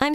I'm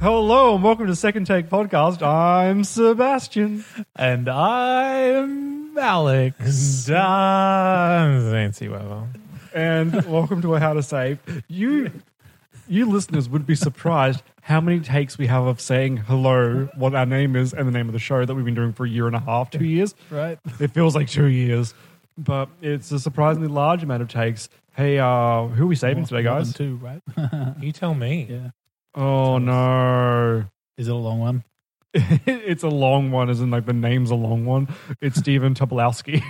Hello and welcome to Second Take Podcast. I'm Sebastian. And I'm Alex. I'm Nancy Weber. And welcome to a How to Save. You you listeners would be surprised how many takes we have of saying hello, what our name is, and the name of the show that we've been doing for a year and a half, two years. Right. It feels like two years. But it's a surprisingly large amount of takes. Hey, uh, who are we saving today, guys? Two, right? You tell me. Yeah. Oh no. Is it a long one? it's a long one, as in like the name's a long one. It's Stephen Tobolowski.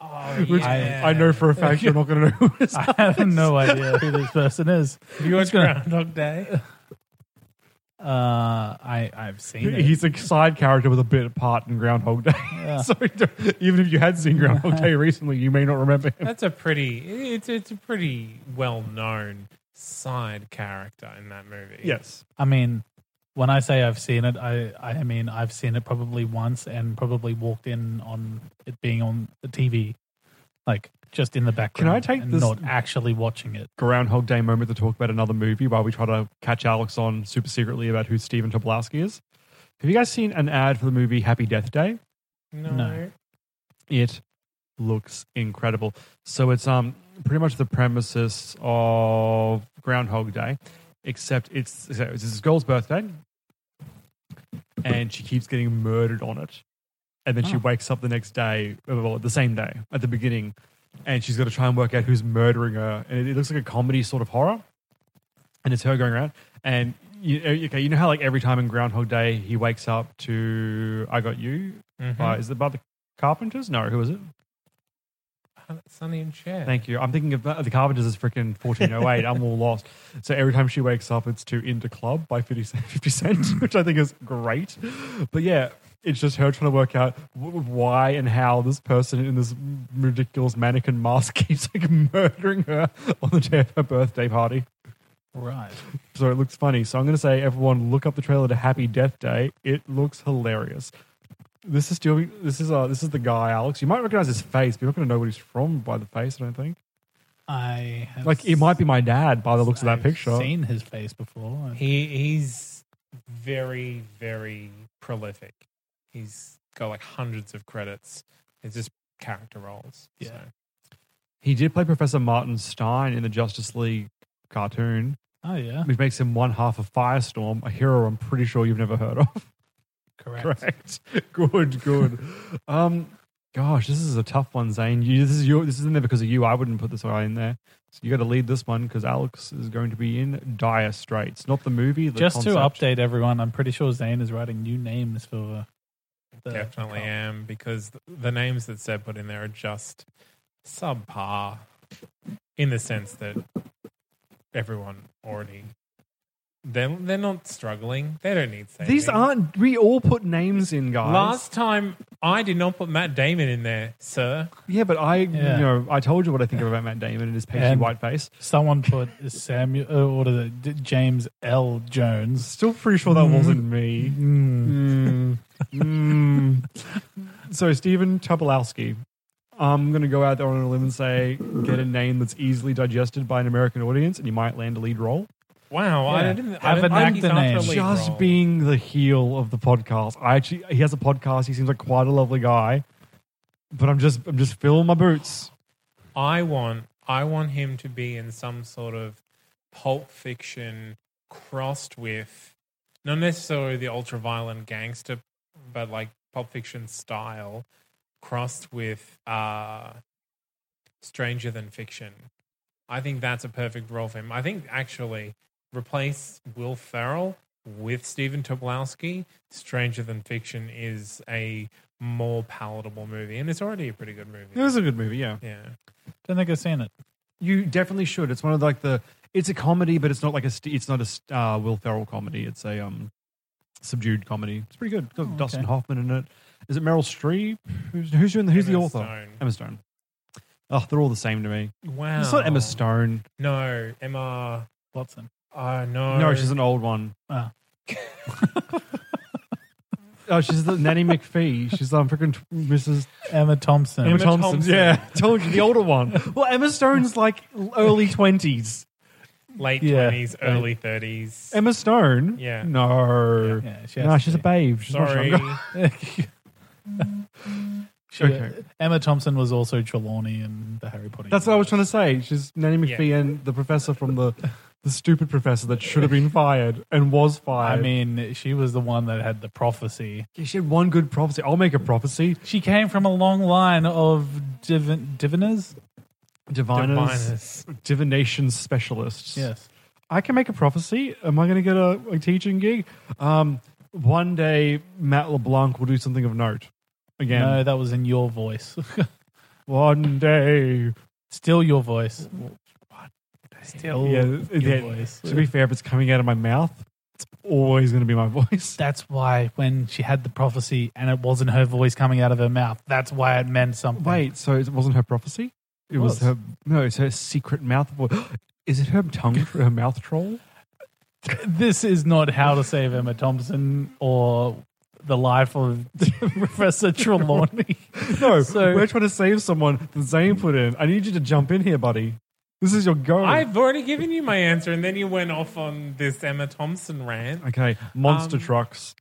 Oh, Which I know for a fact you're not going to know who it is. I have no idea who this person is. you watch He's gonna- Groundhog Day. Uh, I I've seen it. He's a side character with a bit part in Groundhog Day. so even if you had seen Groundhog Day recently, you may not remember him. That's a pretty. It's it's a pretty well known side character in that movie. Yes. I mean, when I say I've seen it, I I mean I've seen it probably once and probably walked in on it being on the TV, like just in the background. I take and this- Not actually watching it. Groundhog Day moment to talk about another movie while we try to catch Alex on super secretly about who Stephen Tobolowski is. Have you guys seen an ad for the movie Happy Death Day? No. No. it looks incredible. So it's um pretty much the premises of Groundhog Day, except it's, so it's this girl's birthday, and she keeps getting murdered on it, and then she Oh. wakes up the next day, well, the same day at the beginning, and she's got to try and work out who's murdering her, and it, it looks like a comedy sort of horror, and it's her going around and. You, okay, you know how like every time in Groundhog Day he wakes up to "I Got You" Mhm. Uh, is it by the Carpenters? No, who is it? Sonny and Cher. Thank you. I'm thinking of uh, the Carpenters is freaking 1408. I'm all lost. So every time she wakes up, it's to Into Club by 50 Cent, 50 Cent, which I think is great. But yeah, it's just her trying to work out w- why and how this person in this ridiculous mannequin mask keeps like murdering her on the day of her birthday party. Right. So it looks funny. So I'm going to say, everyone, look up the trailer to Happy Death Day. It looks hilarious. This is doing. This is uh, this is the guy, Alex. You might recognize his face, but you're not going to know what he's from by the face. I don't think. I have Like it might be my dad by the looks of that I've picture. Seen his face before. He he's very very prolific. He's got like hundreds of credits. It's just character roles. Yeah. So. He did play Professor Martin Stein in the Justice League cartoon, Oh yeah. which makes him one half of Firestorm, a hero I'm pretty sure you've never heard of. Correct. Correct. Good, good. um, gosh, this is a tough one, Zane. You, this is your. This is in there because of you. I wouldn't put this guy in there. So you got to lead this one because Alex is going to be in dire straits. Not the movie. The Just to concept. update everyone, I'm pretty sure Zane is writing new names for the Definitely am because th- the names that Seb put in there are just subpar in the sense that everyone already they're they're not struggling. They don't need saving. These aren't. We all put names in, guys. last time I did not put Matt Damon in there, sir. yeah, but I, Yeah. you know, I told you what I think about Matt Damon and his pasty And- white face. Someone put Samuel uh, or the D- James L. Jones. Still pretty sure that wasn't me. Mm. Mm. So Stephen Tobolowski, I'm going to go out there on a limb and say get a name that's easily digested by an American audience, and you might land a lead role. Wow, I Yeah. didn't I Have didn't an think he's actor after name. a lead Just role. being the heel of the podcast, I actually he has a podcast. He seems like quite a lovely guy, but I'm just I'm just filling my boots. I want I want him to be in some sort of pulp fiction crossed with not necessarily the ultra violent gangster, but like pulp fiction style crossed with uh Stranger Than Fiction. I think that's a perfect role for him. I think actually replace Will Ferrell with Stephen Tobolowsky. Stranger Than Fiction is a more palatable movie, and it's already a pretty good movie. It was a good movie, yeah. yeah, Don't think I've seen it. You definitely should. It's one of the, like the. It's a comedy, but it's not like a. st- It's not a st- uh, Will Ferrell comedy. It's a um, subdued comedy. It's pretty good. It's got Dustin Hoffman in it. Is it Meryl Streep? Who's who's, doing the, who's the Emma author? Stone. Emma Stone. Oh, they're all the same to me. wow. It's not Emma Stone. No, Emma. Watson. Uh, no, No, she's an old one. Ah. Oh, she's the Nanny McPhee. She's um freaking t- Mrs. Emma Thompson. Emma, Thompson. Thompson. Yeah, told you the older one. Well, Emma Stone's like early twenties. late Yeah. twenties, early thirties. Emma Stone. Yeah. No. Yeah, she No, has to she's a be. babe. She's much Sorry, younger. She- Okay. Emma Thompson was also Trelawney in the Harry Potter. That's what I was trying to say. She's Nanny Yeah. McPhee and the professor from the the stupid professor that should have been fired and was I fired. mean, she was the one that had the prophecy. she had one good prophecy. I'll make a prophecy. She came from a long line of divin- diviners. Diviners, Diviners. divination specialists. Yes. I can make a prophecy. Am I going to get a, a teaching gig? Um, one day, Matt LeBlanc will do something of note. Again, No, that was in your voice. one day. Still your voice. Still Yeah, your yeah, Oh, voice. To be fair, if it's coming out of my mouth, it's always going to be my voice. That's why when she had the prophecy and it wasn't her voice coming out of her mouth, that's why it meant something. Wait, so it wasn't her prophecy? It was, Was. her. No, it's her secret mouth. vo- Is it her tongue for her mouth troll? this is not how to save Emma Thompson or the life of Professor Trelawney. No, So- we're trying to save someone that Zane put in. I need you to jump in here, buddy. This is your go. I've already given you my answer, and then you went off on this Emma Thompson rant. Okay, monster Um, trucks.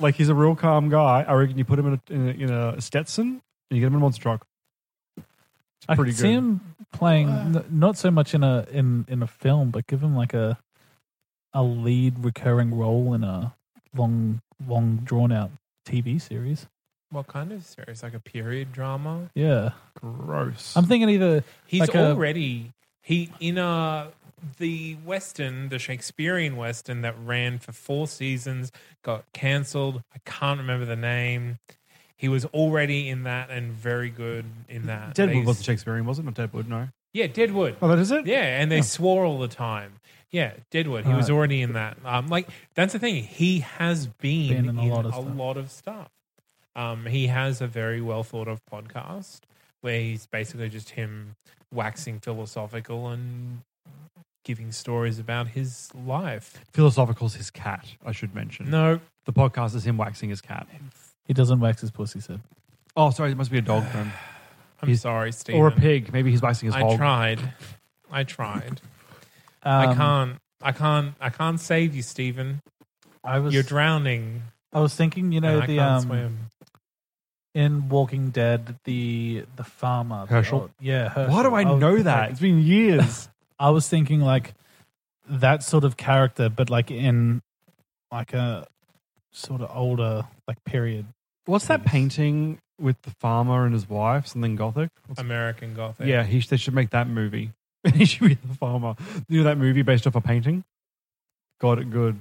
like he's a real calm guy. I reckon you put him in a, in a, in a Stetson and you get him in a monster truck. I pretty could see good. him playing n- not so much in a in in a film, but give him like a a lead recurring role in a long long drawn out TV series. What kind of series? Like a period drama? Yeah, Gross. I'm thinking either He's like a- already he in a the western, the Shakespearean western that ran for four seasons got cancelled. I can't remember the name. He was already in that and very good in that. Deadwood They- wasn't Shakespearean, was it? Not Deadwood, no. Yeah, Deadwood. Oh, that is it? Yeah, and they swore all the time. Yeah, Deadwood. He was Right. already in that. Um, like that's the thing. He has been, Been in a lot of stuff. lot of stuff. Um, he has a very well thought of podcast where he's basically just him waxing philosophical and giving stories about his life. Philosophical's his cat, I should Hmm. mention. No, The podcast is him waxing his cat. he doesn't wax his pussy. Said Oh, sorry, it must be a dog then. I'm He's- sorry, Steve. Or a pig. Maybe he's waxing his I hog. tried. I tried. I Um, can't. I can't. I can't save you, Stephen. I was You're drowning. I was thinking, you and know, I the can't um, swim. in Walking Dead, the the farmer Herschel? oh, yeah, Herschel. Why do I was- know that? It's been years. I was thinking like that sort of character, but like in like a sort of older like period. What's that painting with the farmer and his wife? Something gothic? American Gothic. Yeah, he, they should make that movie. he should be the farmer. You know that movie based off a painting? Got it good.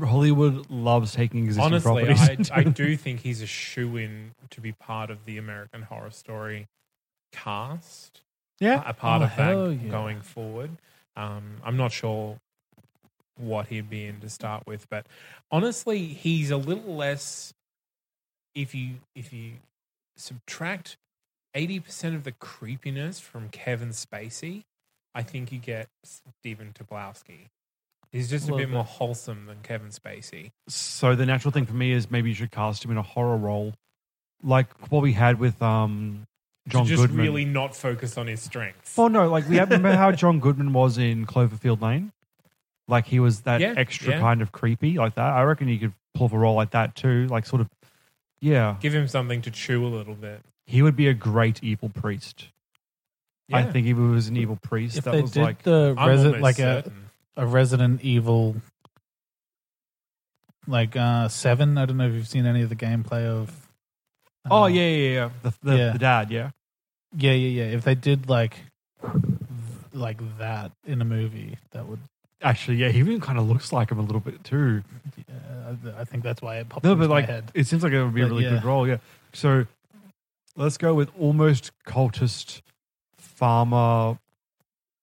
Hollywood loves taking existing Honestly, properties. I, and I doing- do think he's a shoe in to be part of the American Horror Story cast, Yeah. a part Oh, of that hell yeah. going forward. Um, I'm not sure what he'd be in to start with, but honestly, he's a little less. If you if you subtract eighty percent of the creepiness from Kevin Spacey, I think you get Stephen Tobolowsky. He's just a Love bit it. more wholesome than Kevin Spacey. So the natural thing for me is maybe you should cast him in a horror role, like what we had with um, John to just Goodman. really not focus on his strengths. Oh no! Like we have, remember how John Goodman was in Cloverfield Lane? Like he was that Yeah, extra yeah. kind of creepy, like that. I reckon you could pull off a role like that too. Like sort of, yeah. Give him something to chew a little bit. He would be a great evil priest. I Yeah. think if it was an evil priest, If that they was did like uh, the I'm resi- almost like a, certain. a Resident Evil like uh seven. I don't know if you've seen any of the gameplay of oh uh, yeah, yeah, yeah, the, the, Yeah. the dad, yeah, Yeah, yeah, yeah. If they did like like that in a movie, that would. Actually, yeah, he even kind of looks like him a little bit too. Yeah, Uh, I- I think that's why it popped No, into but like my head. it seems like it would be a But really good yeah. role. Yeah. So let's go with almost cultist farmer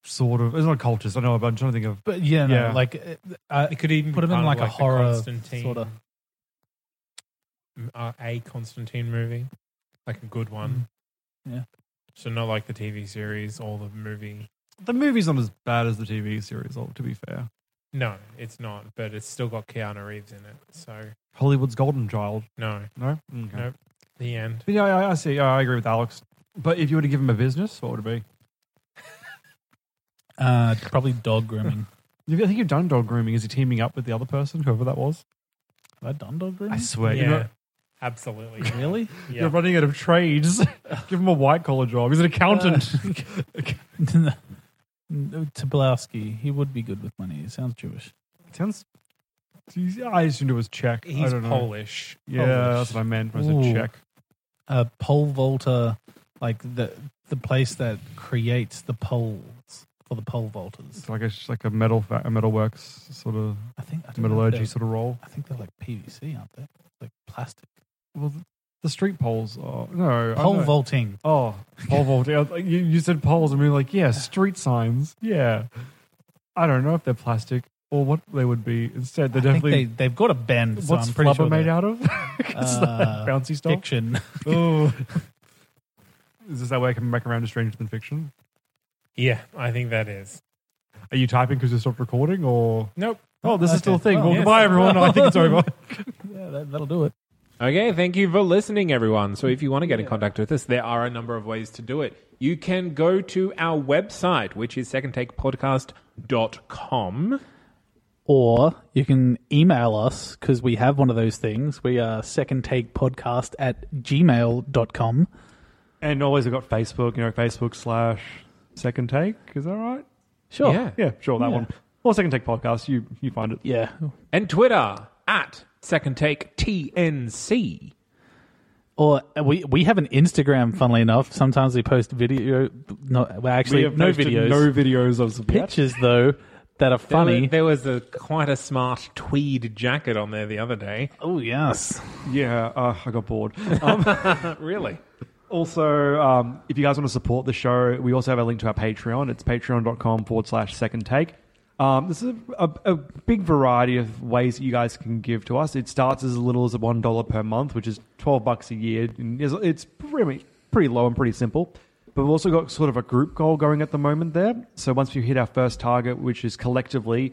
sort of. It's not cultist. I know, but I'm trying to think of. But yeah, no, Yeah. like it- uh, I, It could even Put be him kind in of like a the horror Constantine, sorta. M- uh, a Constantine movie, like a good one. Mm. Yeah. So not like the TV series or the movie. The movie's not as bad as the TV series, though, to be fair. No, it's not. But it's still got Keanu Reeves in it. So Hollywood's Golden Child. no, No? Okay. Nope. the end. But yeah, I, I see. Yeah, I agree with Alex. But if you were to give him a business, what would it uh, probably dog grooming. be? If- I think you've done dog grooming. Is he teaming up with the other person, whoever that was? Have I done dog grooming? I swear. yeah, You're, not- absolutely. Really? Yeah. you're running out of trades. give him a white collar job. He's an accountant. No. No, Tobolowsky, he would be good with money. It sounds Jewish. Sounds. he's- I assumed it was Czech. I He's don't know. Polish. Yeah, Polish. that's what I meant when I Ooh. said Czech. A pole vaulter, Uh, like the the place that creates the poles for the pole vaulters. It's like a sh- like a metal fa- a metalworks sort of I think I don't know if metallurgy they're- sort of role. I think they're like PVC, aren't they? Like plastic. Well, the street poles are no I Pole know. vaulting. Oh, pole vaulting. I was like, You, you said poles, and we were like, yeah, street signs. Yeah, I don't know if they're plastic or what they would be. Instead, they're I think definitely they, they've got a bend. So what's I'm pretty flubber sure made they're out of? It's like Uh, bouncy stuff. Fiction. Oh, is this that way I can back around to Stranger Than Fiction? Yeah, I think that is. Are you typing because you stopped recording, or Nope. Oh, this is still a Okay. thing. Oh, well, yes. goodbye, everyone. I think it's over. yeah, that, that'll do it. Okay, thank you for listening, everyone. So, if you want to get in contact with us, there are a number of ways to do it. You can go to our website, which is secondtakepodcast.com. Or you can email us because we have one of those things. We are second take podcast at gmail.com. And always I've got Facebook, you know, Facebook slash second take. Is that right? Sure. Oh, Yeah. Yeah, sure, that Yeah. one. Or second take podcast. You you find it. Yeah. And Twitter at Second Take TNC. Or uh, we we have an Instagram, funnily enough. Sometimes we post video. No, well, actually, we have no posted videos. No videos of some yet. pictures, though, that are funny. There was, there was a quite a smart tweed jacket on there the other day. oh, yes. Yeah, uh, I got bored. Um, Really? also, um, if you guys want to support the show, we also have a link to our Patreon. It's patreon.com forward slash second take. Um, this is a, a, a big variety of ways that you guys can give to us. It starts as little as $1 per month, which is 12 bucks a year. And it's, it's pretty, pretty low and pretty simple. But we've also got sort of a group goal going at the moment there. So once we hit our first target, which is collectively